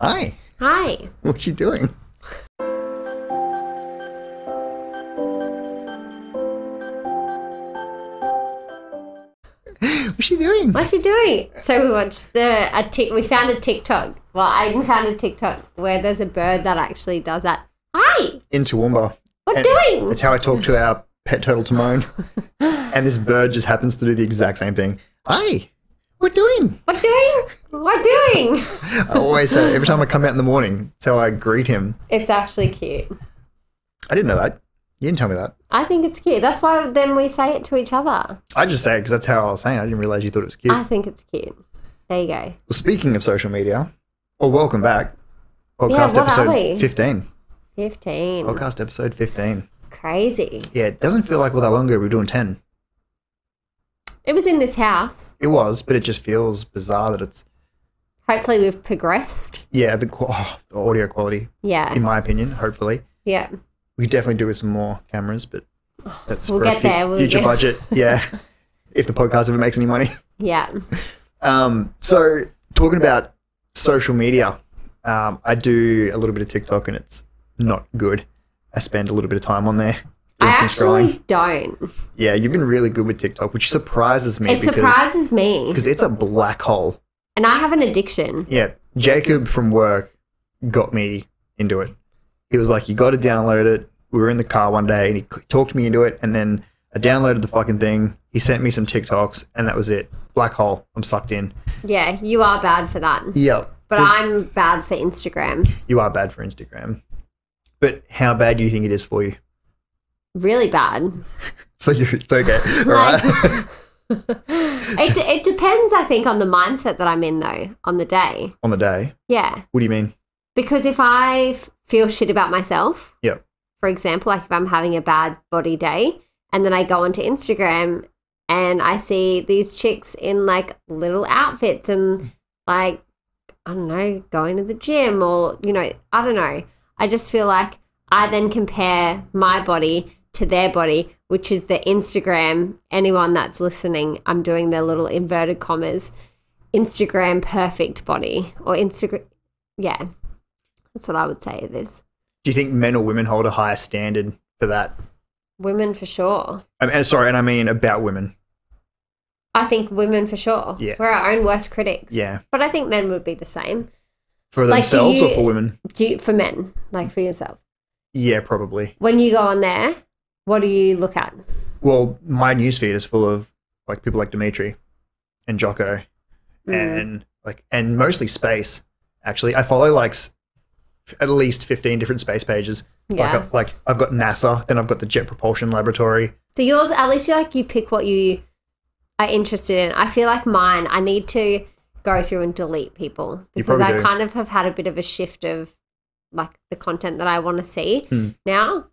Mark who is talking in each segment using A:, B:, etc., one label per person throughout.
A: Hi.
B: Hi.
A: What you doing? What's she doing?
B: What's she doing? So we watched the a tick. We found a TikTok. Well, I found a TikTok where there's a bird that actually does that. Hi.
A: In Toowoomba.
B: What
A: And
B: doing?
A: It's how I talk to our pet turtle Timon. and this bird just happens to do the exact same thing. Hi. What doing?
B: What doing? What doing?
A: I always say every time I come out in the morning, that's how I greet him.
B: it's actually cute.
A: I didn't know that. You didn't tell me that.
B: I think it's cute. That's why then we say it to each other.
A: I just say it because that's how I was saying. it. I didn't realize you thought it was cute.
B: I think it's cute. There you go.
A: Well, speaking of social media, well, welcome back. Podcast
B: what are
A: episode
B: we?
A: 15.
B: 15.
A: Podcast episode 15.
B: Crazy.
A: Yeah, it doesn't feel like all that long ago we were doing 10.
B: It was in this house.
A: It was, but it just feels bizarre that it's,
B: Hopefully, we've progressed.
A: yeah, the, qu- oh, the audio quality, in
B: Yeah.
A: my opinion, hopefully.
B: Yeah.
A: We could definitely do with some more cameras, but that's
B: We'll
A: for a
B: get
A: fu-
B: there, we'll
A: future
B: get-
A: budget. Yeah. if the podcast ever makes any money.
B: Yeah.
A: Um, so talking about social media, um, I do a little bit of TikTok and it's not good. I spend a little bit of time on there.
B: I
A: doing some scrolling.
B: actually don't.
A: Yeah, you've been really good with TikTok, which surprises me
B: It
A: because
B: surprises me.
A: because it's a black hole.
B: And I have an addiction.
A: Yeah, Jacob from work got me into it. He was like, "You got to download it." We were in the car one day, and he c- talked me into it, and then I downloaded the fucking thing. He sent me some TikToks, and that was it. Black hole. I'm sucked in.
B: Yeah, you are bad for that.
A: Yep.
B: But I'm bad for Instagram.
A: you are bad for Instagram. But how bad do you think it is for you?
B: Really bad.
A: So you're, it's okay, all
B: Like-
A: right?
B: It, de- it depends, I think, on the mindset that I'm in, though, on the day.
A: On the day,
B: Yeah.
A: what do you mean?
B: Because if I f- feel shit about myself,
A: Yep.
B: for example, like if I'm having a bad body day and then I go onto Instagram and I see these chicks in like little outfits and like, I don't know, going to the gym or, you know, I don't know. I just feel like I then compare my body to their body, which is the Instagram. Anyone that's listening, I'm doing their little inverted commas Instagram perfect body or Instagram. Yeah, that's what I would say it is.
A: Do you think men or women hold a higher standard for that?
B: Women for sure.
A: I mean, sorry, and I mean about women.
B: I think women for sure.
A: Yeah.
B: We're our own worst critics.
A: Yeah.
B: But I think men would be the same.
A: For
B: Like, do
A: themselves or
B: you-
A: for women?
B: Do you, for men, like for yourself.
A: Yeah, probably.
B: When you go on there, what do you look at?
A: Well, my newsfeed is full of like people like Dimitri and Jocko
B: Mm.
A: and like and mostly space. Actually, I follow like s- at least fifteen different space pages. Like,
B: Yeah.
A: I- like I've got NASA, then I've got the Jet Propulsion Laboratory.
B: So yours, at least you like you pick what you are interested in. I feel like mine, I need to go through and delete people
A: You
B: because
A: probably
B: I
A: do.
B: kind of have had a bit of a shift of like the content that I want to see
A: Hmm.
B: now.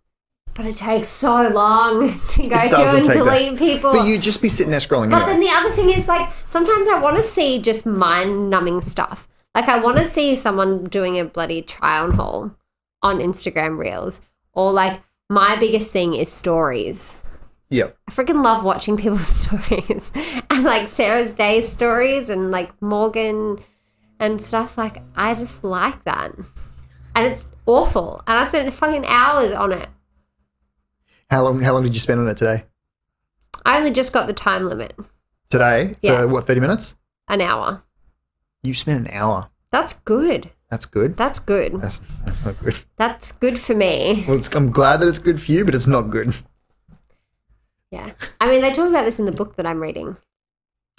B: But it takes so long to go through
A: doesn't
B: and
A: take that.
B: delete people.
A: But you'd just be sitting there scrolling.
B: But
A: anyway.
B: then the other thing is like sometimes I want to see just mind numbing stuff. Like I want to see someone doing a bloody try on haul on Instagram Reels or like my biggest thing is stories.
A: Yeah.
B: I freaking love watching people's stories and like Sarah's Day stories and like Morgan and stuff. Like I just like that, and it's awful. And I spent fucking hours on it.
A: How long how long did you spend on it today?
B: I only just got the time limit,
A: Today?
B: Yeah.
A: For what, thirty minutes?
B: an hour.
A: You spent an hour.
B: That's good.
A: That's good.
B: That's good.
A: That's that's not good.
B: That's good for me.
A: Well it's, I'm glad that it's good for you, but it's not good.
B: Yeah. I mean, they talk about this in the book that I'm reading,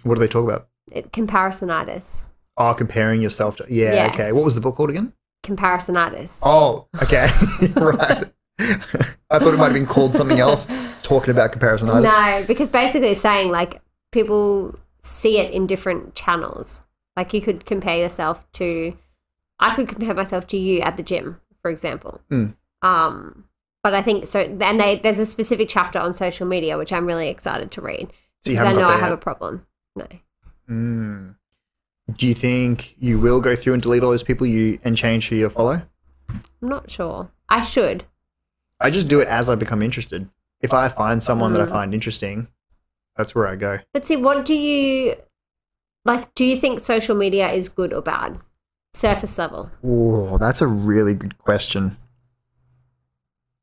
A: What do they talk about?
B: it, comparisonitis.
A: Oh, comparing yourself to yeah,
B: Yeah.
A: okay. What was the book called again?
B: Comparisonitis.
A: Oh, okay. right. I thought it might have been called something else talking about comparisonitis.
B: No, because basically they're saying like people see it in different channels. Like you could compare yourself to, I could compare myself to you at the gym, for example.
A: Mm.
B: Um, but I think so. And they, there's a specific chapter on social media which I'm really excited to read
A: So you
B: because I
A: haven't
B: know
A: got
B: I
A: there
B: have a
A: yet.
B: problem. No,
A: Mm. Do you think you will go through and delete all those people you and change who you follow?
B: I'm not sure. I should.
A: I just do it as I become interested. If I find someone
B: Mm.
A: that I find interesting, that's where I go.
B: But see, what do you like? Do you think social media is good or bad? Surface level.
A: Oh, that's a really good question.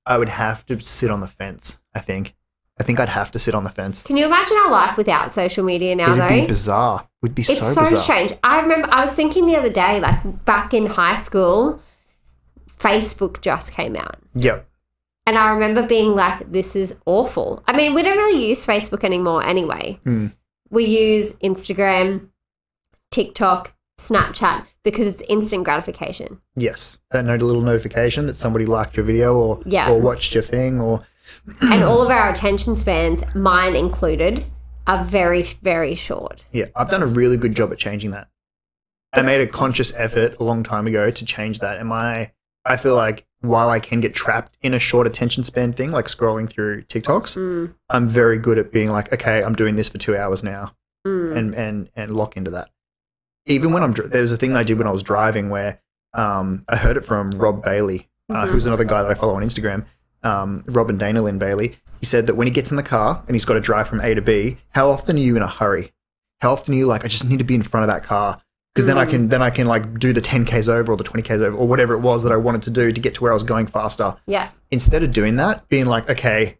A: I would have to sit on the fence, I think. I think I'd have to sit on the fence.
B: Can you imagine our life without social media now,
A: It would
B: though?
A: be bizarre. It would be
B: it's
A: so,
B: so,
A: bizarre.
B: strange. I remember I was thinking the other day, like back in high school, Facebook just came out.
A: Yep.
B: And I remember being like, this is awful. I mean, we don't really use Facebook anymore anyway.
A: Hmm.
B: We use Instagram, TikTok, Snapchat because it's instant gratification.
A: Yes. That no- little notification that somebody liked your video or
B: Yeah.
A: or watched your thing or
B: and all of our attention spans, mine included, are very, very short.
A: yeah. I've done a really good job at changing that. I made a conscious effort a long time ago to change that. And my I feel like while I can get trapped in a short attention span thing, like scrolling through TikToks,
B: Mm,
A: I'm very good at being like, okay, I'm doing this for two hours now.
B: mm.
A: and and and lock into that. Even when I'm dri- there's a thing I did when I was driving where um, I heard it from Rob Bailey, uh,
B: Mhm.
A: who's another guy that I follow on Instagram. Um, Rob and Dana Lynn Bailey. He said that when he gets in the car and he's got to drive from A to B, how often are you in a hurry? How often are you like, I just need to be in front of that car because then I can then I can like do the 10k's over or the 20k's over or whatever it was that I wanted to do to get to where I was going faster
B: yeah.
A: instead of doing that, being like, okay,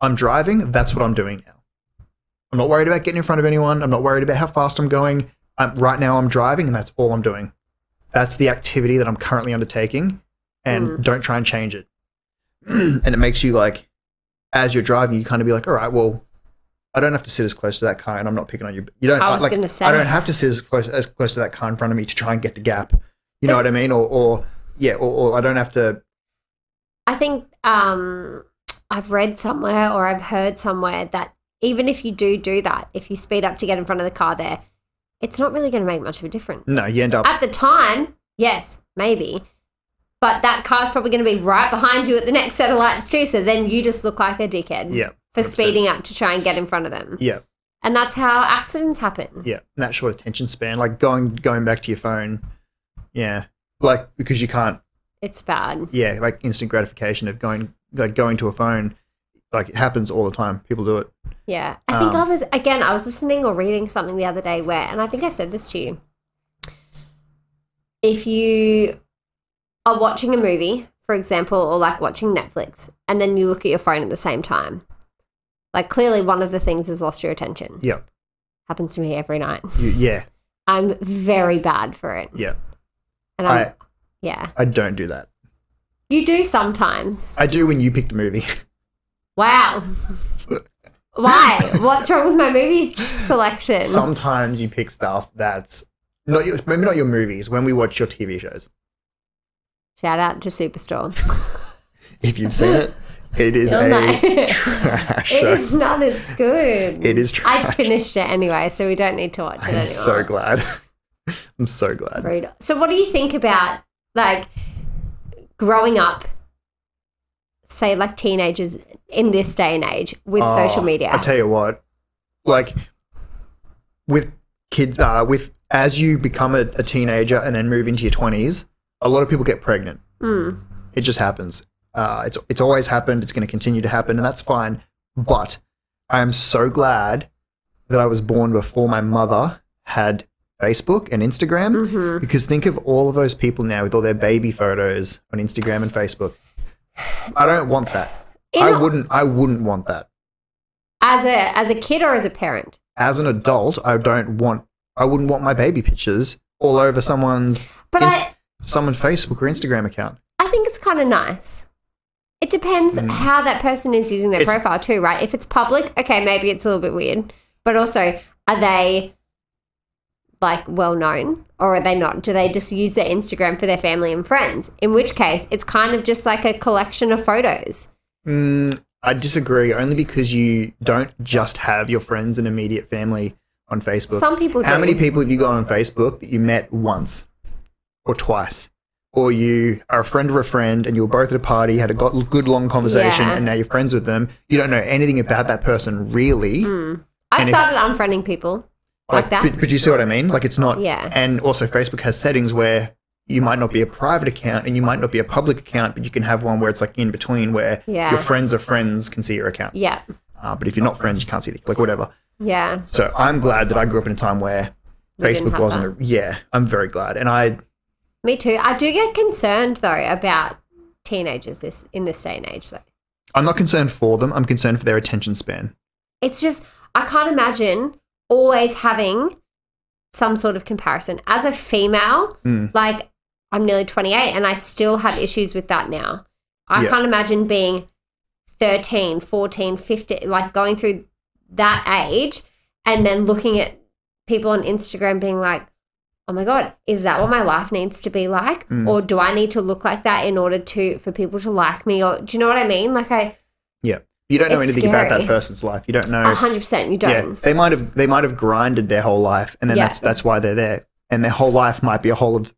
A: I'm driving, that's what I'm doing now. I'm not worried about getting in front of anyone. I'm not worried about how fast I'm going. I'm, right now, I'm driving, and that's all I'm doing. That's the activity that I'm currently undertaking, and
B: Mm.
A: don't try and change it. and it makes you like, as you're driving, you kind of be like, all right, well, I don't have to sit as close to that car, and I'm not picking on you. You don't.
B: I was
A: like,
B: gonna say.
A: I don't have to sit as close as close to that car in front of me to try and get the gap. You know what I mean? Or, or yeah, or, or I don't have to
B: I think um, I've read somewhere or I've heard somewhere that even if you do do that, if you speed up to get in front of the car there, it's not really going to make much of a difference.
A: No, you end up.
B: At the time, yes, maybe. But that car's probably going to be right behind you at the next set of lights, too. So then you just look like a dickhead
A: yeah,
B: for
A: 100%.
B: speeding up to try and get in front of them.
A: yeah,
B: And that's how accidents happen.
A: yeah. And that short attention span, like going going back to your phone, yeah, like because you can't,
B: It's bad.
A: yeah, like instant gratification of going like going to a phone, like it happens all the time. People do it.
B: Yeah. I think
A: Um,
B: I was, again, I was listening or reading something the other day where, and I think I said this to you. If you are watching a movie, for example, or like watching Netflix, and then you look at your phone at the same time, like clearly one of the things has lost your attention.
A: Yeah,
B: Happens to me every night.
A: you, yeah,
B: I'm very bad for it.
A: yeah.
B: And I'm,
A: I
B: yeah.
A: I don't do that.
B: You do sometimes.
A: I do when you pick the movie.
B: Wow. Why? What's wrong with my movie selection?
A: Sometimes you pick stuff that's not your, maybe not your movies. When we watch your TV shows,
B: Shout out to Superstore.
A: if you've seen it, it is
B: You'll
A: a
B: know.
A: trash
B: It
A: show.
B: is not. It's good.
A: It is
B: I
A: trash.
B: finished it anyway, so we don't need to watch it
A: I'm
B: anymore.
A: so glad. I'm so glad.
B: Rude. So, what do you think about like growing up? Say, like teenagers in this day and age with
A: Oh,
B: social media.
A: I tell you what, like with kids, uh, with as you become a, a teenager and then move into your twenties, a lot of people get pregnant.
B: Mm.
A: It just happens. Uh, it's it's always happened. It's going to continue to happen, and that's fine. But I am so glad that I was born before my mother had Facebook and Instagram.
B: hmm
A: Because think of all of those people now with all their baby photos on Instagram and Facebook. I don't want that.
B: In
A: I
B: a-
A: wouldn't. I wouldn't want that.
B: As a as a kid or as a parent.
A: as an adult, I don't want, I wouldn't want my baby pictures all over someone's,
B: But
A: Inst-
B: I
A: someone's Facebook or Instagram account.
B: I think it's kind of nice. It depends how that person is using their
A: Mm. It's-
B: profile too, right? If it's public, okay, maybe it's a little bit weird. But also, are they like well known or are they not? Do they just use their Instagram for their family and friends? In which case, it's kind of just like a collection of photos.
A: Mm, I disagree, only because you don't just have your friends and immediate family on Facebook.
B: Some people
A: How
B: do.
A: many people have you got on Facebook that you met once or twice? Or you are a friend of a friend and you were both at a party, had a go- good long conversation,
B: Yeah.
A: and now you're friends with them. You don't know anything about that person really.
B: Mm. I've
A: And if-
B: started unfriending people like, that.
A: But, but you see what I mean? Like it's not.
B: Yeah.
A: And also, Facebook has settings where you might not be a private account and you might not be a public account, but you can have one where it's like in between, where
B: Yeah.
A: your friends of friends can see your account.
B: yeah.
A: Uh, but if you're not friends, you can't see the like whatever.
B: Yeah.
A: So I'm glad that I grew up in a time where
B: You didn't
A: Facebook
B: have
A: wasn't. A, yeah, I'm very glad, and I
B: Me too. I do get concerned though about teenagers this in this day and age though.
A: I'm not concerned for them. I'm concerned for their attention span.
B: It's just I can't imagine always having some sort of comparison. As a female,
A: Mm.
B: like I'm nearly 28 and I still have issues with that now. I
A: Yeah.
B: can't imagine being 13, 14, 15, like going through that age and then looking at people on Instagram being like, oh my God, is that what my life needs to be like?
A: Mm.
B: Or do I need to look like that in order to, for people to like me? Or do you know what I mean? Like I,
A: You don't know
B: It's
A: anything about that
B: scary. Uh-huh.
A: person's life. You don't know.
B: 100% you don't.
A: they might have they might have grinded their whole life, and then
B: Yeah.
A: that's that's why they're there. And their whole life might be a whole of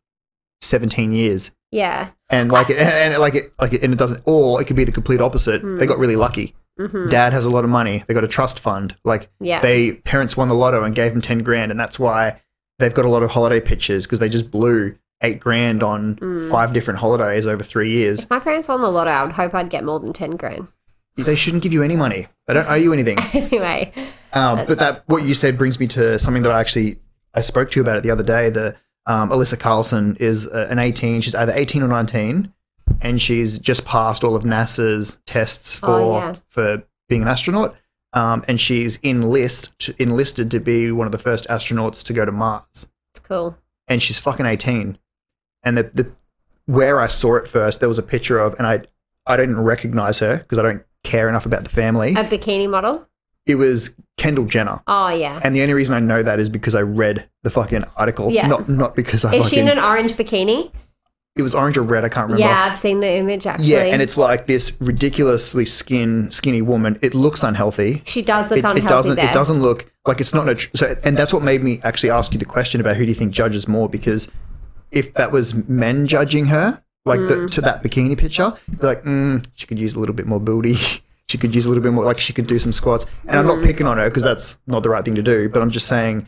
A: seventeen years,
B: Yeah.
A: and like
B: Ah.
A: and, and like it like it, and it doesn't. Or it could be the complete opposite. They got really lucky.
B: hmm
A: Dad has a lot of money. They got a trust fund. Like
B: Yeah.
A: they parents won the lotto and gave them ten grand, and that's why they've got a lot of holiday pictures because they just blew eight grand on
B: Mm.
A: five different holidays over three years.
B: if my parents won the lotto, I would hope I'd get more than 10 grand.
A: They shouldn't give you any money. They don't owe you anything.
B: anyway.
A: Um,
B: That-
A: but that what you said brings me to something that I actually I spoke to you about it the other day. The um, Alyssa Carlson is uh, an 18. She's either 18 or 19, and she's just passed all of NASA's tests for
B: Oh, yeah.
A: for being an astronaut. Um, and she's enlist to, enlisted to be one of the first astronauts to go to Mars.
B: It's cool.
A: And she's fucking 18. And the, the where I saw it first, there was a picture of, and I I didn't recognize her because I don't care enough about the family.
B: A bikini model?
A: it was Kendall Jenner.
B: Oh, yeah.
A: And the only reason I know that is because I read the fucking article.
B: Yeah.
A: Not not because I
B: Is she
A: fucking
B: in an orange bikini?
A: it was orange or red, I can't remember.
B: Yeah, I've seen the image actually.
A: Yeah, and it's like this ridiculously skin skinny woman. It looks unhealthy.
B: she does look
A: It,
B: unhealthy
A: it doesn't
B: there.
A: it doesn't look like it's not a tr- so and that's what made me actually ask you the question about who do you think judges more because if that was men judging her like the, to that bikini picture you'd be like mm, she could use a little bit more booty she could use a little bit more like she could do some squats and I'm not picking on her because that's not the right thing to do but I'm just saying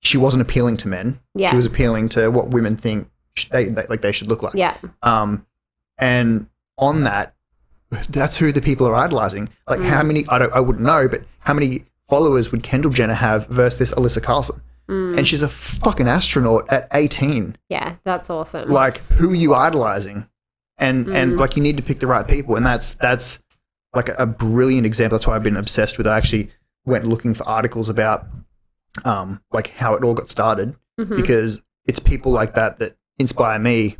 A: she wasn't appealing to men
B: Yeah.
A: she was appealing to what women think sh- they, they like they should look like
B: Yeah,
A: um, and on that, that's who the people are idolizing. Like how many? I don't. I wouldn't know, but how many followers would Kendall Jenner have versus this Alyssa Carlson? And she's a fucking astronaut at eighteen.
B: yeah, that's awesome.
A: Like who are you idolizing? And and like you need to pick the right people. And that's that's like a, brilliant example. That's why I've been obsessed with. it. I actually went looking for articles about um like how it all got started
B: Mhm.
A: because it's people like that that inspire me.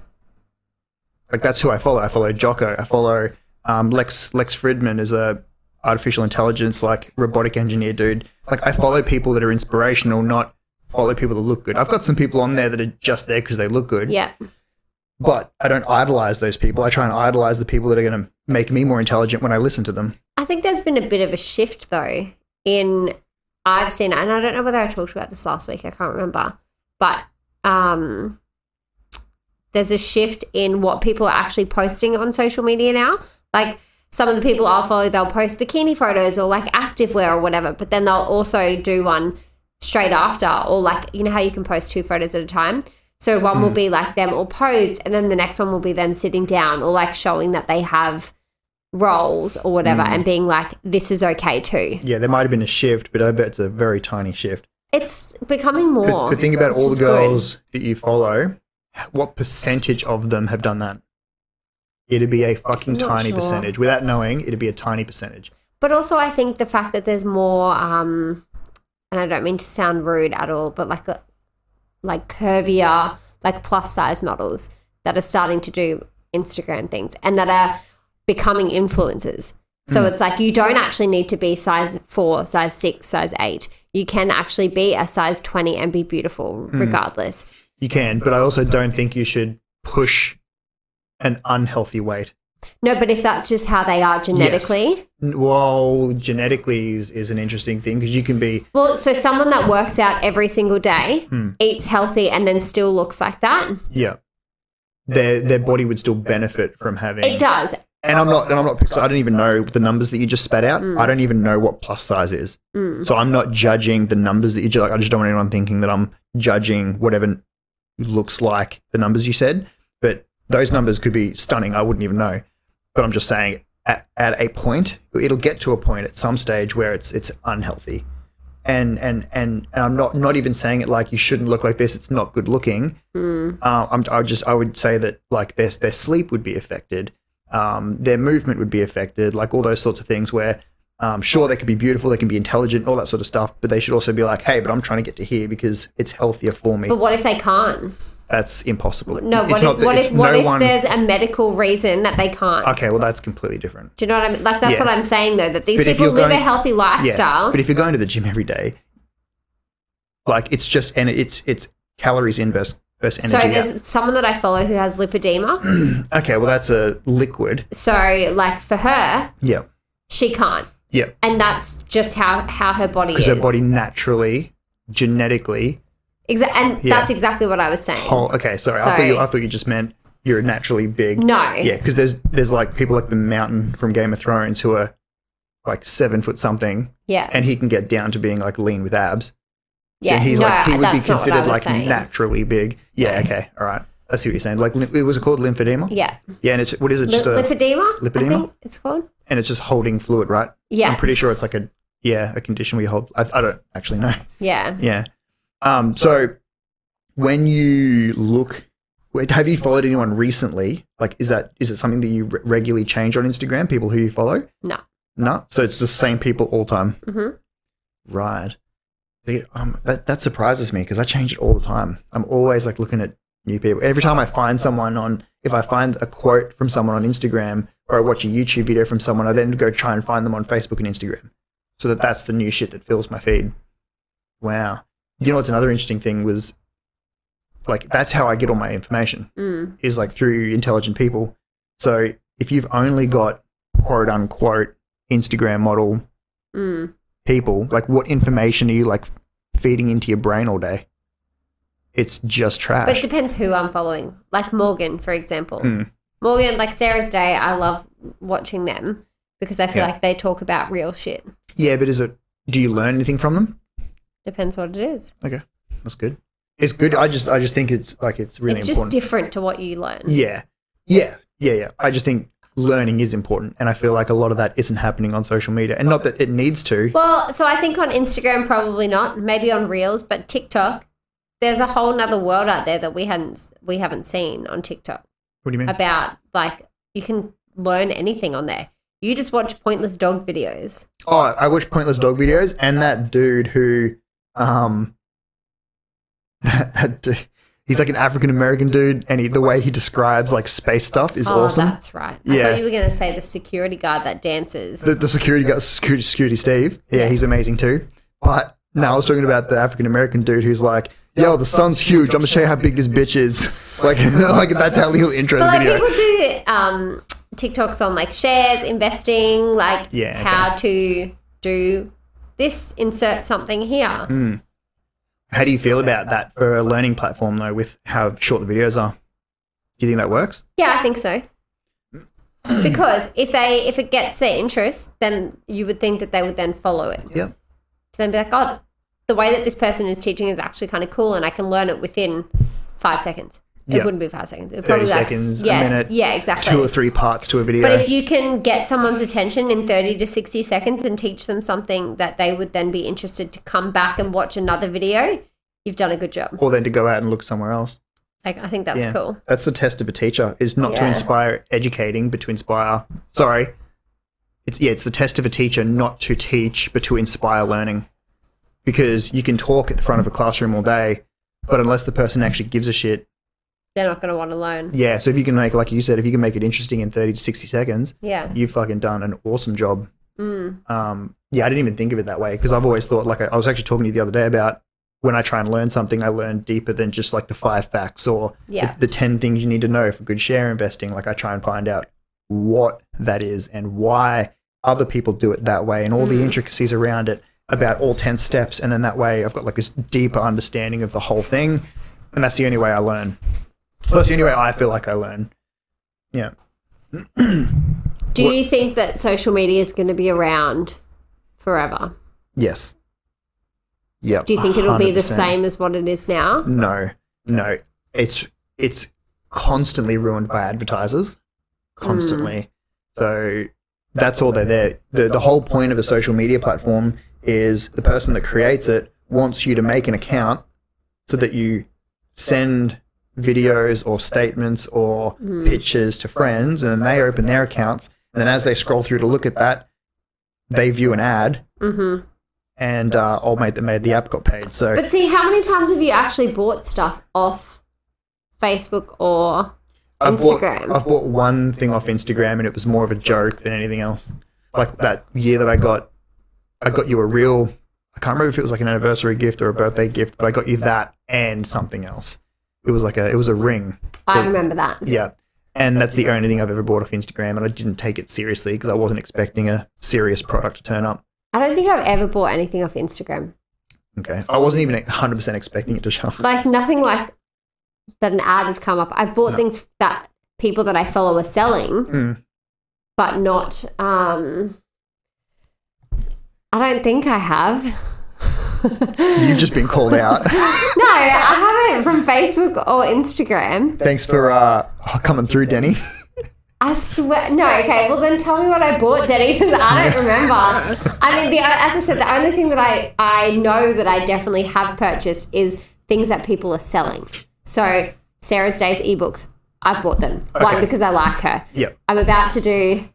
A: Like that's who I follow. I follow Jocko. I follow um, Lex. Lex Fridman is a artificial intelligence like robotic engineer dude. Like I follow people that are inspirational, not follow people that look good. I've got some people on there that are just there because they look good.
B: yeah,
A: But I don't idolize those people. I try and idolize the people that are going to make me more intelligent when I listen to them.
B: I think there's been a bit of a shift though in I've seen, and I don't know whether I talked about this last week. I can't remember, but um, there's a shift in what people are actually posting on social media now. Like some of the people I'll follow, they'll post bikini photos or like activewear or whatever, but then they'll also do one straight after, or like you know how you can post two photos at a time. So one will be like them all posed, and then the next one will be them sitting down or like showing that they have roles or whatever, and being like, "This is okay too."
A: Yeah, there might have been a shift, but I bet it's a very tiny shift.
B: It's becoming more.
A: But, but think about
B: which
A: all the
B: is good.
A: girls that you follow. What percentage of them have done that? It'd be a fucking
B: I'm not
A: tiny
B: sure.
A: percentage. Without knowing, it'd be a tiny percentage.
B: But also, I think the fact that there's more, um, and I don't mean to sound rude at all, but like, uh, like curvier, like plus size models that are starting to do Instagram things and that are becoming influencers. So
A: Hmm.
B: it's like you don't actually need to be size four, size six, size eight. You can actually be a size 20 and be beautiful
A: Hmm.
B: regardless.
A: You can, but I also don't think you should push an unhealthy weight.
B: No, but if that's just how they are genetically.
A: N- Well, genetically is, is an interesting thing because you can be
B: Well, so someone that works out every single day,
A: Hmm.
B: eats healthy, and then still looks like that.
A: yeah. Their their body would still benefit from having.
B: It does.
A: And I'm not and I'm not because I don't even know the numbers that you just spat out. I don't even know what plus size is.
B: Mm.
A: So I'm not judging the numbers that you ju- like. I just don't want anyone thinking that I'm judging whatever n- looks like the numbers you said. But those numbers could be stunning. I wouldn't even know. But I'm just saying at, at a point, it'll get to a point at some stage where it's it's unhealthy. and and and, and I'm not not even saying it like you shouldn't look like this. It's not good looking.
B: Mm.
A: Uh, I'm I would just I would say that like their their sleep would be affected, um, their movement would be affected, like all those sorts of things. Where um, sure they can be beautiful, they can be intelligent, all that sort of stuff, but they should also be like, hey, but I'm trying to get to here because it's healthier for me.
B: But what if they can't?
A: That's impossible.
B: No,
A: It's
B: what
A: not
B: if,
A: that-
B: what
A: it's
B: if, what
A: no
B: if
A: one-
B: there's a medical reason that they can't?
A: Okay, well that's completely different.
B: Do you know what I mean? Like,
A: Yeah.
B: that's what I'm saying, though, that these
A: But if
B: people
A: you're
B: live
A: going-
B: a healthy lifestyle.
A: But if you're going to the gym every day, like it's just and it's it's calories in versus, versus
B: so
A: energy.
B: there's someone that I follow who has lipodema.
A: out. Okay, well that's a liquid.
B: so, like, for her,
A: Yeah,
B: she can't.
A: yeah,
B: And that's just how, how her body is.
A: because her body naturally, genetically.
B: Exa- and
A: Yeah.
B: that's exactly what I was saying.
A: Whole, okay, sorry, I thought you
B: So-
A: I thought you just meant you're naturally big.
B: No.
A: Yeah, because there's there's like people like the mountain from Game of Thrones who are like seven foot something,
B: Yeah.
A: and he can get down to being like lean with abs.
B: yeah.
A: and he's
B: no,
A: like he would be
B: that's not what I
A: considered
B: was
A: like
B: saying.
A: naturally big. Yeah, okay, all right. I see what you're saying. Like lim- it was called lymphedema.
B: Yeah.
A: Yeah, and it's what is it? Just
B: Li-
A: a
B: lipodema?
A: lipodema?
B: I think it's called.
A: and it's just holding fluid, right? I'm
B: Yeah.
A: pretty sure it's like a yeah a condition where you hold. I, I don't actually know.
B: yeah.
A: Yeah. Um. So when you look, wait, have you followed anyone recently? Like, is that is it something that you re- regularly change on Instagram? People who you follow?
B: No.
A: No. So it's the same people all time.
B: hmm
A: Right. The- um, that, that surprises me because I change it all the time. I'm always like looking at new people. Every time I find someone on, if I find a quote from someone on Instagram or I watch a YouTube video from someone, I then go try and find them on Facebook and Instagram. So that that's the new shit that fills my feed. Wow. You know what's another interesting thing was like that's how I get all my information
B: Mm.
A: is like through intelligent people. So if you've only got quote unquote Instagram model
B: Mm.
A: people like what information are you like feeding into your brain all day it's just
B: But
A: trash
B: it depends who I'm following. Like Morgan, for example.
A: Mm.
B: Morgan, like Sarah's Day, I love watching them because I feel
A: Yeah.
B: like they talk about real shit.
A: yeah but is it do you learn anything from them
B: Depends what it is.
A: okay that's good it's good i just i just think it's like it's really
B: it's just
A: important
B: different to what you learn.
A: yeah yeah yeah yeah i just think learning is important and i feel like a lot of that isn't happening on social media and not that it needs to
B: Well, so I think on Instagram, probably not. Maybe on Reels, but TikTok, there's a whole nother world out there that we hadn't we haven't seen on TikTok
A: what do you mean
B: about like you can learn anything on there. You just watch pointless dog videos.
A: oh i watch pointless dog videos and that dude who um that, that dude, he's like an african american dude and he, the way he describes like space stuff is
B: oh,
A: awesome
B: that's right. I
A: Yeah.
B: thought you were going to say the security guard that dances.
A: the, the security guy, security, security Steve. Yeah,
B: Yeah.
A: he's amazing too. But now I was talking about the African American dude who's like, "Yo, the sun's huge. I'm gonna show you how big this bitch is." Like, like that's how he'll intro
B: but
A: the
B: like
A: video.
B: people do um, TikToks on like shares, investing, like
A: Yeah, okay.
B: how to do this, insert something here.
A: Hmm. How do you feel about that for a learning platform though, with how short the videos are? Do you think that works?
B: Yeah, I think so. Because if they if it gets their interest, then you would think that they would then follow it.
A: Yeah.
B: Then be like, oh, the way that this person is teaching is actually kind of cool, and I can learn it within five seconds. It
A: Yeah.
B: wouldn't be five seconds. It would
A: 30
B: probably like,
A: seconds, a
B: yeah,
A: minute,
B: yeah, exactly.
A: Two or three parts to a video.
B: but if you can get someone's attention in 30 to 60 seconds and teach them something that they would then be interested to come back and watch another video, you've done a good job.
A: or then to go out and look somewhere else.
B: Like, I think that's
A: yeah.
B: cool.
A: That's the test of a teacher is not to
B: Yeah.
A: inspire educating, but to inspire. Sorry. It's yeah, it's the test of a teacher not to teach, but to inspire learning. Because you can talk at the front of a classroom all day, but unless the person actually gives a shit,
B: They're not going to want to learn.
A: yeah. So if you can make, like you said, if you can make it interesting in thirty to sixty seconds,
B: Yeah.
A: you've fucking done an awesome job.
B: Mm.
A: Um, yeah, I didn't even think of it that way because I've always thought like I, I was actually talking to you the other day about when I try and learn something, I learn deeper than just like the five facts or
B: Yeah.
A: the, the ten things you need to know for good share investing. Like I try and find out what that is and why other people do it that way and all
B: Mm.
A: the intricacies around it about all ten steps, and then that way I've got like this deeper understanding of the whole thing, and that's the only way I learn. That's the only way I feel like I learn. Yeah.
B: Do
A: What-
B: you think that social media is going to be around forever?
A: Yes. Yeah.
B: Do you think it'll be the
A: 100%.
B: same as what it is now?
A: No, no. It's it's constantly ruined by advertisers,
B: Hmm.
A: constantly. So that's all they're there. The the whole point of a social media platform is the person that creates it wants you to make an account so that you send videos or statements or
B: Hmm.
A: pictures to friends and then they open their accounts and then as they scroll through to look at that they view an ad
B: hmm
A: and uh, old mate that made the app got paid so
B: But see, how many times have you actually bought stuff off Facebook or
A: I've bought,
B: Instagram.
A: I've bought one thing off Instagram and it was more of a joke than anything else. Like that year that I got, I got you a real, I can't remember if it was like an anniversary gift or a birthday gift, but I got you that and something else. It was like a, it was a ring.
B: I remember that.
A: Yeah. And that's the only thing I've ever bought off Instagram and I didn't take it seriously because I wasn't expecting a serious product to turn up.
B: I don't think I've ever bought anything off Instagram.
A: Okay. I wasn't even 100% expecting it to show up.
B: Like nothing like that an ad has come up. I've bought things that people that I follow are selling,
A: Mm.
B: but not um I don't think I have.
A: You've just been called out.
B: no, I haven't from Facebook or Instagram.
A: Thanks for uh, coming through, Denny.
B: I swear. No, okay. Well, then tell me what I bought, Denny, because I don't remember. I mean, the, as I said, the only thing that I, I know that I definitely have purchased is things that people are selling. So, Sarah's Days ebooks, I've bought them.
A: Okay.
B: One, because I like her.
A: Yep.
B: I'm about to do.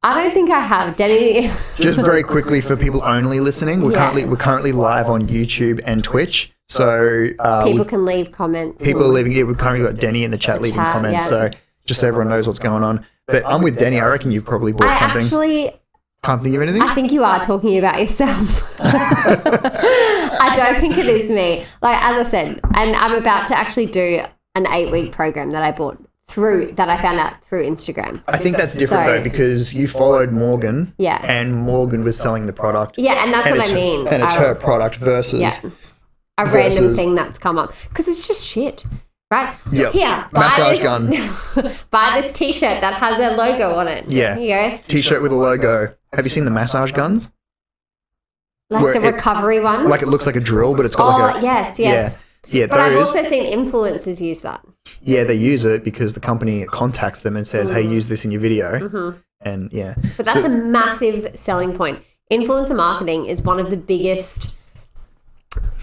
B: I don't think I have, Denny.
A: just very quickly for people only listening, we're
B: Yeah.
A: currently we're currently live on YouTube and Twitch. So uh,
B: people
A: people,
B: can leave comments.
A: people are leaving. Yeah, we've currently got Denny in the chat leaving
B: chat,
A: comments.
B: yeah.
A: So just so everyone knows what's going on. But I'm with Denny. I reckon you've probably
B: I
A: bought something.
B: actually,
A: Can't think of anything.
B: I think you are talking about yourself. I don't think it is me. Like as I said, and I'm about to actually do an eight week program that I bought through that I found out through Instagram.
A: I think that's different
B: Sorry.
A: though because you followed Morgan.
B: Yeah.
A: And Morgan was selling the product.
B: Yeah, and that's
A: And
B: what
A: it's,
B: I mean.
A: and it's
B: I-
A: her product versus
B: yeah, a random
A: versus-
B: thing that's come up because it's just shit, right?
A: Yep.
B: Here, buy
A: Massage
B: this, buy this T-shirt that has a logo on it.
A: Yeah.
B: Here you go,
A: t-shirt with a logo. Have you seen the massage guns?
B: like
A: Where
B: the
A: it-
B: recovery ones.
A: Like it looks like a drill, but it's
B: Oh
A: got like a
B: yes, yes.
A: yeah yeah
B: But I've
A: those.
B: also seen influencers use that.
A: yeah, they use it because the company contacts them and says, "Hey, use this in your video." And yeah,
B: But that's
A: So-
B: a massive selling point. Influencer marketing is one of the biggest,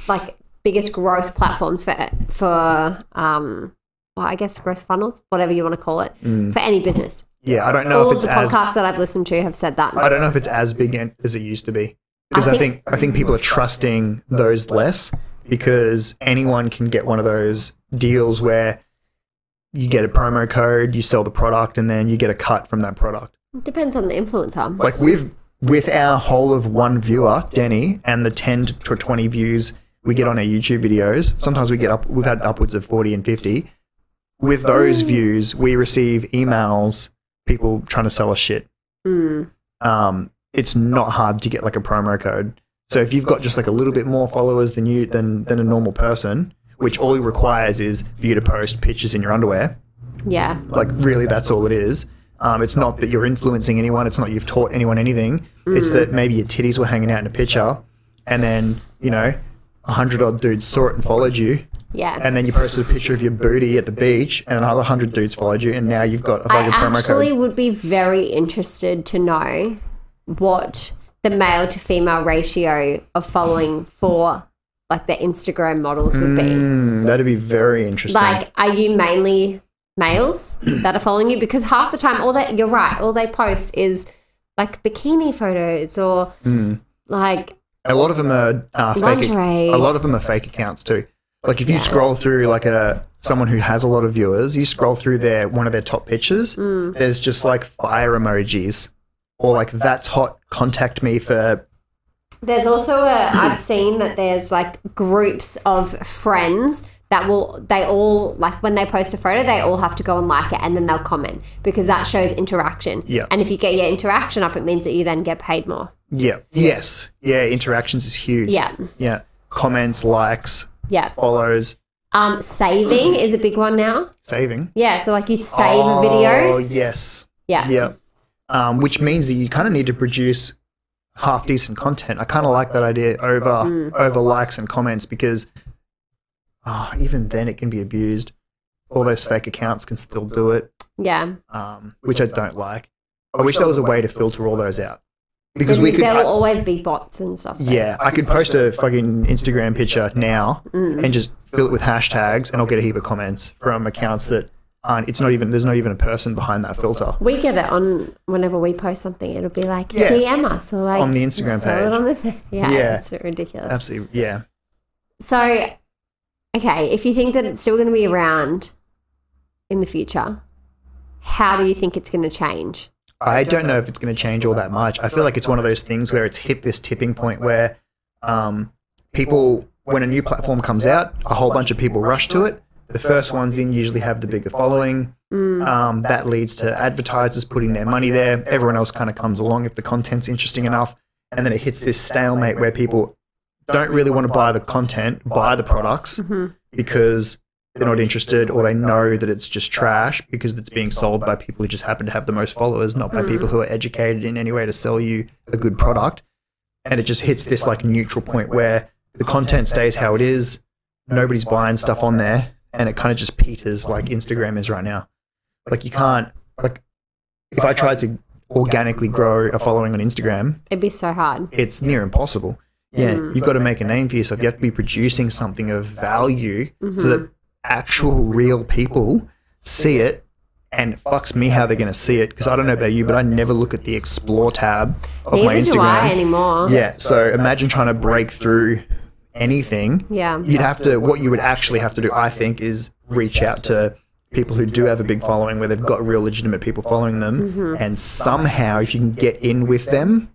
B: like, biggest growth platforms for for um, well, I guess growth funnels, whatever you want to call it, for any business.
A: yeah. Mm. I don't know
B: All
A: if
B: of
A: it's
B: the
A: as
B: podcasts that I've listened to have said that.
A: I don't know if it's as big an- as it used to be because I think,
B: think-
A: I think people are trusting those less because anyone can get one of those deals where you get a promo code, you sell the product, and then you get a cut from that product.
B: Depends on the influencer.
A: Like we've with our whole of one viewer, Denny, and the ten to twenty views we get on our YouTube videos. Sometimes we get up. We've had upwards of forty and fifty. With those views, we receive emails, people trying to sell us shit
B: Mm.
A: um, it's not hard to get like a promo code. So if you've got just like a little bit more followers than you than than a normal person, which all it requires is for you to post pictures in your underwear,
B: Yeah,
A: like really that's all it is. Um, it's not that you're influencing anyone. It's not you've taught anyone anything. It's that maybe your titties were hanging out in a picture, and then you know, a hundred odd dudes saw it and followed you,
B: yeah.
A: and then you posted a picture of your booty at the beach, and another hundred dudes followed you, and now you've got a
B: I
A: fucking promo
B: actually
A: code.
B: would be very interested to know what the male to female ratio of following for like the Instagram models would be.
A: Mm, that'd be very interesting.
B: like are you mainly males that are following you because half the time all that you're right all they post is like bikini photos or
A: Mm.
B: like
A: A lot of them are uh, fake.
B: Lingerie.
A: A lot of them are fake accounts too. Like if you scroll through like a someone who has a lot of viewers, you scroll through their one of their top pictures.
B: Mm.
A: There's just like fire emojis, or like that's hot. Contact me for
B: there's also a i've seen that there's like groups of friends that will they all like when they post a photo they all have to go and like it and then they'll comment because that shows interaction
A: Yeah.
B: and if you get your interaction up it means that you then get paid more
A: yeah, yes, yeah. Interactions is huge.
B: yeah
A: yeah. Comments, likes,
B: yeah
A: follows,
B: um saving is a big one now
A: saving.
B: yeah so like you save
A: oh,
B: a video
A: yes.
B: yeah
A: Yeah. Um, which means that you kind of need to produce half decent content. I kind of like that idea over over likes and comments because ah, even then it can be abused. All those fake accounts can still do it,
B: yeah
A: um, which I don't like. I wish there was a way to filter all those out. because we could.
B: there'll
A: I-
B: always be bots and stuff. though.
A: yeah, I could post a fucking Instagram picture now and just fill it with hashtags, and I'll get a heap of comments from accounts that aren't. It's not even. There's not even a person behind that filter.
B: We get it on whenever we post something. It'll be like
A: Yeah.
B: DM us or like
A: On the Instagram
B: sell it
A: page.
B: on this. Yeah,
A: Yeah.
B: it's ridiculous.
A: Absolutely. Yeah.
B: So, okay, if you think that it's still going to be around in the future, how do you think it's going to change?
A: I don't know if it's going to change all that much. I feel like it's one of those things where it's hit this tipping point where um, people, when a new platform comes out, a whole bunch of people rush to it. The first ones in usually have the bigger following. Um, that leads to advertisers putting their money there. Everyone else kind of comes along if the content's interesting enough. And then it hits this stalemate where people don't really want to buy the content, buy the products because they're not interested or they know that it's just trash because it's being sold by people who just happen to have the most followers, not by people who are educated in any way to sell you a good product. And it just hits this like neutral point where the content stays how it is, nobody's buying stuff on there, and it kind of just peters like Instagram is right now. Like you can't like if I tried to organically grow a following on Instagram,
B: It'd be so hard.
A: it's near impossible. Yeah, you've got to make a name for yourself. You have to be producing something of value so that actual real people see it. And it fucks me how they're going to see it because I don't know about you, but I never look at the explore tab of my
B: Neither do I
A: Instagram.
B: anymore.
A: Yeah, so imagine trying to break through anything.
B: Yeah.
A: You'd have to, what you would actually have to do, I think, is reach out to people who do have a big following where they've got real legitimate people following them.
B: Mm-hmm.
A: And somehow, if you can get in with them,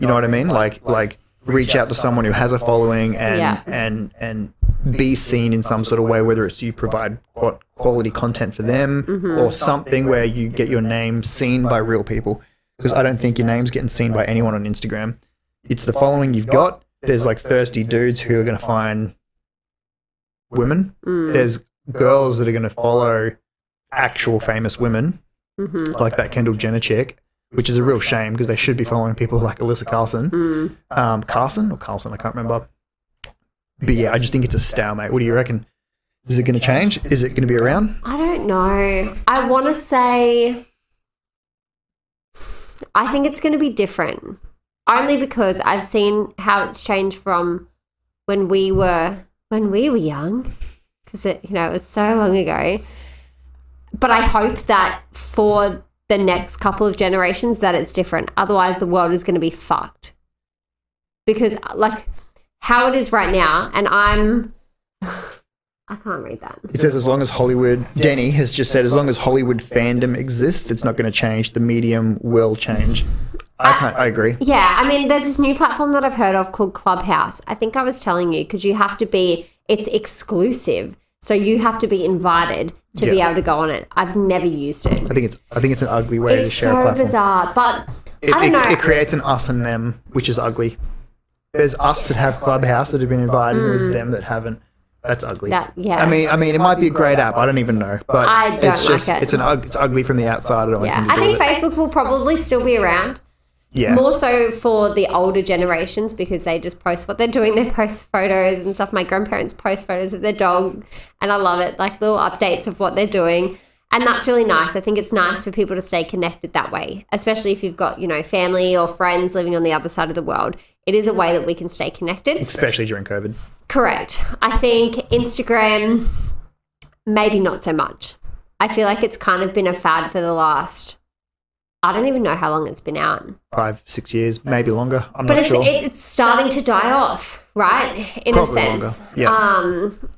A: you know what I mean? Like, like, reach out to someone who has a following and
B: Yeah.
A: and and be seen in some sort of way whether it's you provide qua- quality content for them or something where you get your name seen by real people because I don't think your name's getting seen by anyone on Instagram it's the following you've got. There's like thirsty dudes who are going to find women. There's girls that are going to follow actual famous women, like that Kendall Jenner chick, which is a real shame because they should be following people like Alyssa Carson.
B: Mm.
A: Um, Carson or Carlson, I can't remember. But yeah, I just think it's a stalemate. What do you reckon? Is it going to change? Is it going to be around?
B: I don't know. I want to say I think it's going to be different. Only because I've seen how it's changed from when we were when we were young because it, you know, it was so long ago. But I hope that for the next couple of generations that it's different. Otherwise the world is going to be fucked. Because like how it is right now and I'm I can't read that.
A: It says as long as Hollywood, Denny has just said, as long as Hollywood fandom exists, it's not going to change. The medium will change.
B: Ah.
A: I can't, I agree.
B: Yeah, I mean, there's this new platform that I've heard of called Clubhouse. I think I was telling you because you have to be, it's exclusive. So you have to be invited to be
A: Yeah.
B: able to go on it. I've never used it.
A: I think it's I think it's an ugly way to
B: It's
A: share a
B: so
A: platform.
B: bizarre. But
A: It,
B: I don't
A: it,
B: know.
A: it creates an us and them, which is ugly. There's us that have Clubhouse that have been invited, and there's them that haven't. That's ugly.
B: Hmm. That- yeah.
A: I mean, I mean, it might be a great app. I don't even know, but
B: I don't
A: it's
B: like
A: just
B: it.
A: it's an ug- it's ugly from the outside. I don't
B: yeah,
A: want
B: I
A: anything to
B: think
A: do with it.
B: Facebook will probably still be around.
A: Yeah,
B: More so for the older generations because they just post what they're doing. They post photos and stuff. My grandparents post photos of their dog, and I love it. Like little updates of what they're doing. And that's really nice. I think it's nice for people to stay connected that way, especially if you've got, you know, family or friends living on the other side of the world. It is a way that we can stay connected.
A: especially during COVID.
B: Correct. I think Instagram, maybe not so much. I feel like it's kind of been a fad for the last, I don't even know how long it's been out.
A: Five, six years, maybe longer. I'm
B: But
A: not
B: it's
A: sure.
B: it- it's starting to die off, right? In
A: Probably
B: a sense.
A: longer, yeah.
B: Um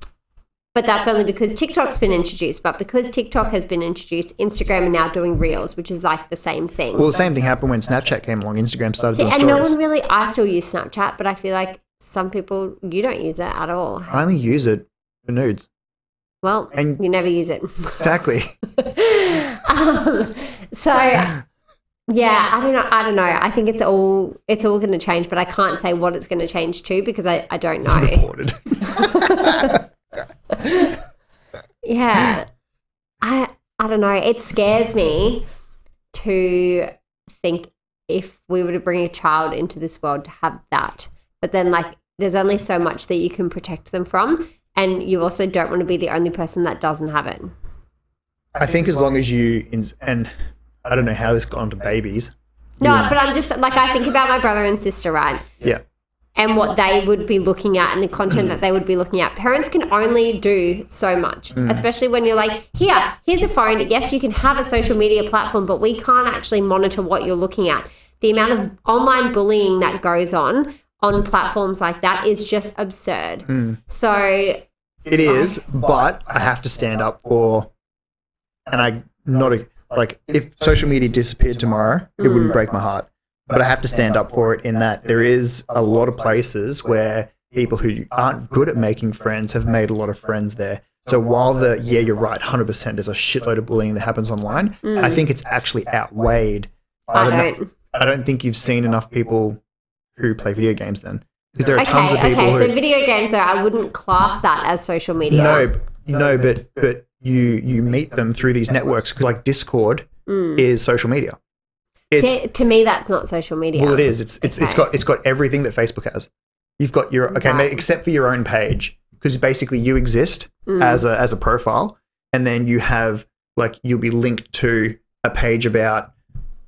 B: but that's only because TikTok's been introduced. But because TikTok has been introduced, Instagram are now doing reels, which is like the same thing.
A: well, the same thing happened when Snapchat came along. Instagram started doing
B: and
A: stories.
B: no one really I still use Snapchat, but I feel like some people you don't use it at all.
A: I only use it for nudes.
B: Well,
A: And-
B: you never use it.
A: Exactly.
B: um, so yeah, I don't know. I don't know. I think it's all it's all going to change, but I can't say what it's going to change to because I, I don't know.
A: Reported.
B: Yeah. I I don't know. It scares me to think if we were to bring a child into this world to have that. But then like there's only so much that you can protect them from and you also don't want to be the only person that doesn't have it.
A: I think as long as you ins- and I don't know how this got onto babies,
B: No,
A: Yeah.
B: but I'm just like I think about my brother and sister, right?
A: Yeah.
B: And what they would be looking at and the content
A: Mm.
B: that they would be looking at. Parents can only do so much,
A: Mm.
B: especially when you're like, here, here's a phone. Yes, you can have a social media platform, but we can't actually monitor what you're looking at. The amount of online bullying that goes on on platforms like that is just absurd.
A: Mm.
B: So
A: It is, but I have to stand up for, and I not a, like if social media disappeared tomorrow, it wouldn't break my heart. But I have to stand up for it in that there is a lot of places where people who aren't good at making friends have made a lot of friends there. So while the yeah, you're right, hundred percent, there's a shitload of bullying that happens online. I think it's actually outweighed.
B: Mm. I
A: the nu-
B: don't.
A: I don't think you've seen enough people who play video games. Then because there are tons of
B: Okay,
A: people
B: okay.
A: who
B: So video games, though, I wouldn't class that as social media.
A: No, b- no, but but you you meet them through these networks 'cause, like Discord
B: Mm.
A: is social media. It's
B: to, to me, that's not social media.
A: well, it is. It's it's it's
B: Okay.
A: got it's got everything that Facebook has. You've got your okay, ma-
B: Right.
A: except for your own page, because basically you exist
B: Mm.
A: as a as a profile, and then you have like you'll be linked to a page about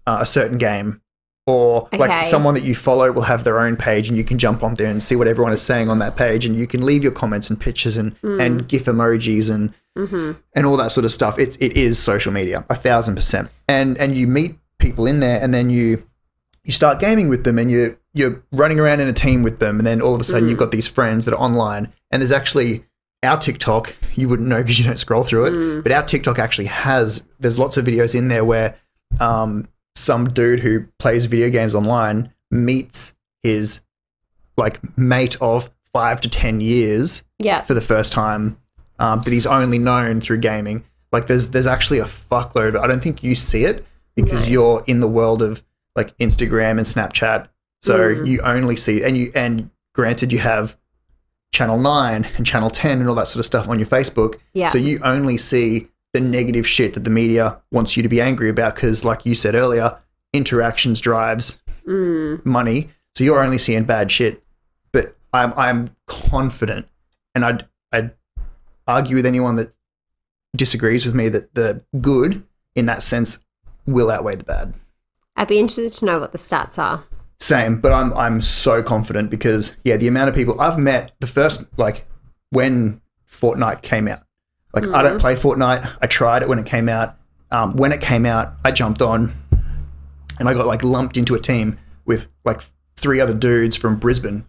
A: uh, a certain game. Or
B: Okay.
A: like someone that you follow will have their own page, and you can jump on there and see what everyone is saying on that page, and you can leave your comments and pictures and, and GIF emojis and and all that sort of stuff. It, it is social media, a thousand percent. And and you meet people in there, and then you you start gaming with them, and you you're running around in a team with them, and then all of a sudden you've got these friends that are online. And there's actually our TikTok. You wouldn't know because you don't scroll through it, but our TikTok actually has. There's lots of videos in there where um, some dude who plays video games online meets his like mate of five to ten years
B: Yeah.
A: for the first time um, that he's only known through gaming. Like there's there's actually a fuckload. But I don't think you see it because
B: No.
A: you're in the world of like Instagram and Snapchat. So you only see and you and granted you have channel 9 and channel 10 and all that sort of stuff on your Facebook.
B: Yeah.
A: So you only see the negative shit that the media wants you to be angry about cuz like you said earlier, interactions drives
B: Mm.
A: money. So you're only seeing bad shit. But I'm I'm confident, and I'd I'd argue with anyone that disagrees with me that the good in that sense will outweigh the bad.
B: I'd be interested to know what the stats are.
A: Same, but I'm I'm so confident because yeah, the amount of people I've met the first like when Fortnite came out. Like I don't play Fortnite. I tried it when it came out. Um, when it came out, I jumped on, and I got like lumped into a team with like three other dudes from Brisbane.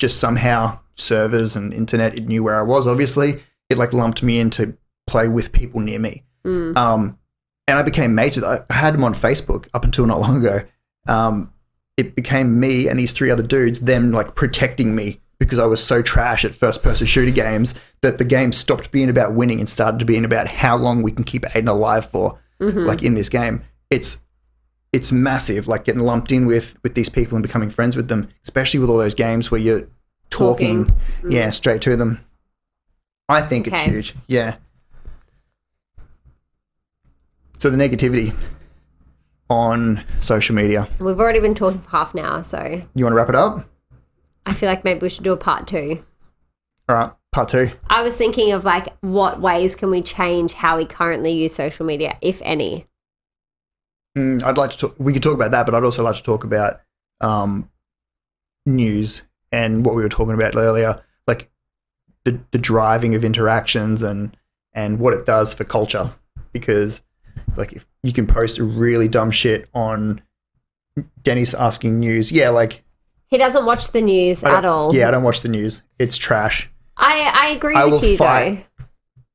A: Just somehow servers and internet it knew where I was. Obviously, it like lumped me in to play with people near me. Um, and I became mates. with- I had them on Facebook up until not long ago. Um, it became me and these three other dudes, them like protecting me because I was so trash at first person shooter games that the game stopped being about winning and started to being about how long we can keep Aiden alive for. Like in this game, it's it's massive. Like getting lumped in with with these people and becoming friends with them, especially with all those games where you're talking,
B: Talking.
A: yeah, straight to them. I think it's
B: Okay.
A: huge. Yeah. So the negativity on social media.
B: We've already been talking for half an hour, so
A: You want to wrap it up?
B: I feel like maybe we should do a part two.
A: All right, part two.
B: I was thinking of like what ways can we change how we currently use social media, if any.
A: Mm, I'd like to talk. We could talk about that, but I'd also like to talk about um, news and what we were talking about earlier, like the the driving of interactions and and what it does for culture. Because like if you can post really dumb shit on Dennis asking news, yeah, like
B: He doesn't watch the news
A: I don't-
B: at all.
A: Yeah, I don't watch the news. It's trash.
B: I, I agree
A: I
B: with
A: will
B: you
A: fight.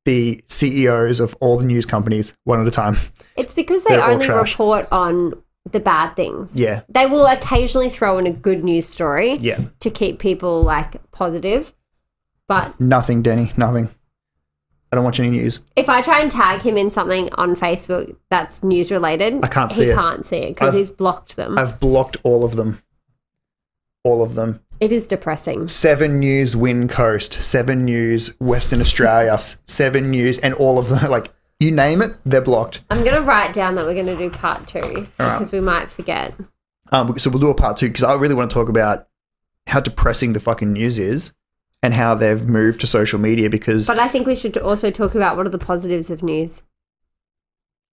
A: The CEOs of all the news companies, one at a time.
B: though. It's because they
A: They're all
B: only
A: trash.
B: report on the bad things.
A: Yeah.
B: They will occasionally throw in a good news story
A: Yeah,
B: to keep people like positive. But
A: nothing, Denny, nothing. I don't watch any news.
B: if I try and tag him in something on Facebook that's news related,
A: I can't see
B: he
A: it.
B: can't see it because
A: I've-
B: he's blocked them.
A: I've blocked all of them. All of them.
B: It is depressing.
A: Seven News, Win Coast, Seven News, Western Australia, S- Seven News, and all of them. Like you name it, they're blocked.
B: I'm gonna write down that we're gonna do part two because we might forget.
A: Um, so we'll do a part two because I really want to talk about how depressing the fucking news is and how they've moved to social media because
B: But I think we should also talk about what are the positives of news.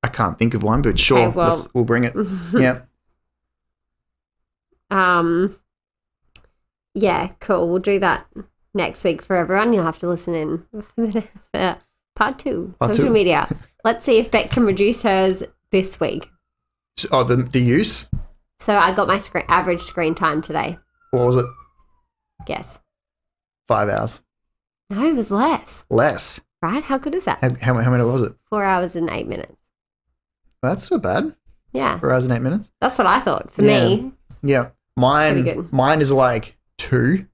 A: I can't think of one. But sure,
B: Okay, well-
A: let's, we'll bring it. yeah.
B: Um, yeah, cool. We'll do that next week for everyone. You'll have to listen in for part two,
A: Part
B: social
A: two.
B: media. Let's see if Beck can reduce hers this week.
A: So- Oh, the, the use?
B: So I got my screen, average screen time today.
A: What was it?
B: Yes.
A: Five hours.
B: No, it was less.
A: Less.
B: Right? How good is that?
A: How, how, how many was it?
B: Four hours and eight minutes.
A: That's not bad.
B: Yeah,
A: Four hours and eight minutes.
B: that's what I thought for me.
A: Yeah. Mine,
B: good.
A: mine is like two,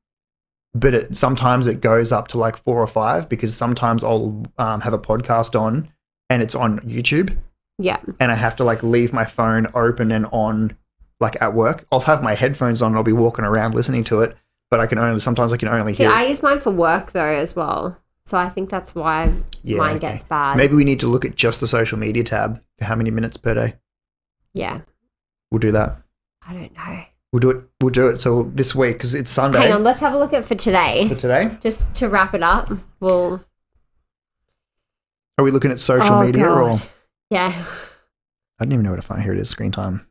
A: but it, sometimes it goes up to like four or five because sometimes I'll um, have a podcast on and it's on YouTube
B: Yeah,
A: and I have to like leave my phone open and on like at work. I'll have my headphones on and I'll be walking around listening to it, but I can only, sometimes I can only
B: see,
A: hear.
B: I use mine for work though as well, so I think that's why
A: Yeah,
B: mine
A: okay.
B: gets bad.
A: Maybe we need to look at just the social media tab for how many minutes per day.
B: Yeah,
A: We'll do that.
B: I don't know.
A: We'll do it. We'll do it. So this week, because it's Sunday
B: Hang on, let's have a look at for
A: for
B: today.
A: today.
B: Just to wrap it up, we'll
A: Are we looking at social
B: Oh,
A: media or?
B: God. yeah.
A: I didn't even know where to find. Here it is. Screen time.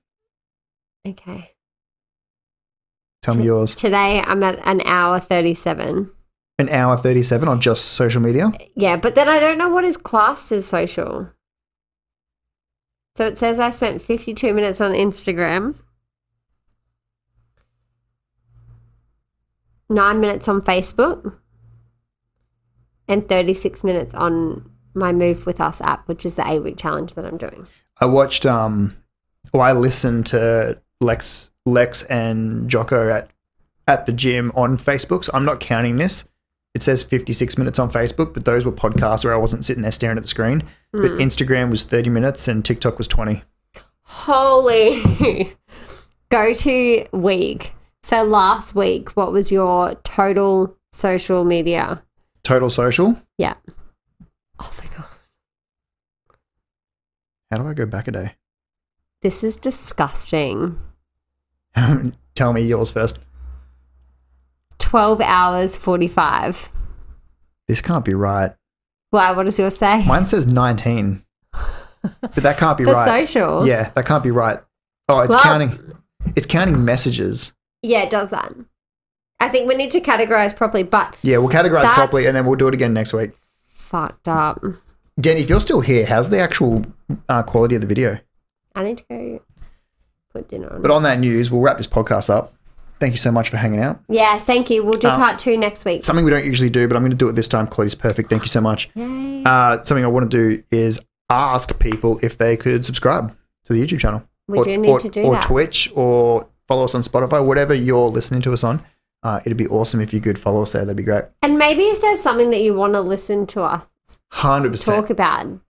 B: Okay.
A: Tell me yours.
B: Today I'm at an hour thirty-seven.
A: An hour thirty-seven on just social media.
B: Yeah, but then I don't know what is classed as social. So it says I spent 52 minutes on Instagram, nine minutes on Facebook, and 36 minutes on my Move With Us app, which is the eight week challenge that I'm doing.
A: I watched. Um, or I listened to Lex, Lex and Jocko at at the gym on Facebook. So I'm not counting this. It says 56 minutes on Facebook, but those were podcasts where I wasn't sitting there staring at the screen. But
B: Hmm.
A: Instagram was 30 minutes and TikTok was 20.
B: Holy go to week. So last week, what was your total social media?
A: Total social.
B: Yeah. Oh my God.
A: How do I go back a day?
B: This is disgusting.
A: Tell me yours first.
B: 12 hours 45.
A: This can't be right.
B: Why? What does yours say?
A: Mine says 19. But that can't be
B: For
A: right.
B: social?
A: Yeah, that can't be right. Oh, it's
B: Well-
A: counting it's counting messages.
B: Yeah, it does that. I think we need to categorize properly, but
A: Yeah, we'll categorize
B: That's-
A: properly and then we'll do it again next week.
B: fucked up.
A: Danny, if you're still here, how's the actual uh, quality of the video?
B: I need to go put dinner on.
A: But on that news, we'll wrap this podcast up. Thank you so much for hanging out.
B: yeah, thank you. We'll do
A: Um,
B: part two next week.
A: Something we don't usually do, but I'm going to do it this time. Quality's perfect. Thank you so much.
B: Yay.
A: Uh, something I want to do is ask people if they could subscribe to the YouTube channel.
B: We
A: or,
B: do need
A: or-
B: to do
A: or
B: that.
A: Twitch or follow us on Spotify, whatever you're listening to us on. Uh, it'd be awesome if you could follow us there. That'd be great.
B: and maybe if there's something that you want to listen to us
A: Hundred percent.
B: talk about,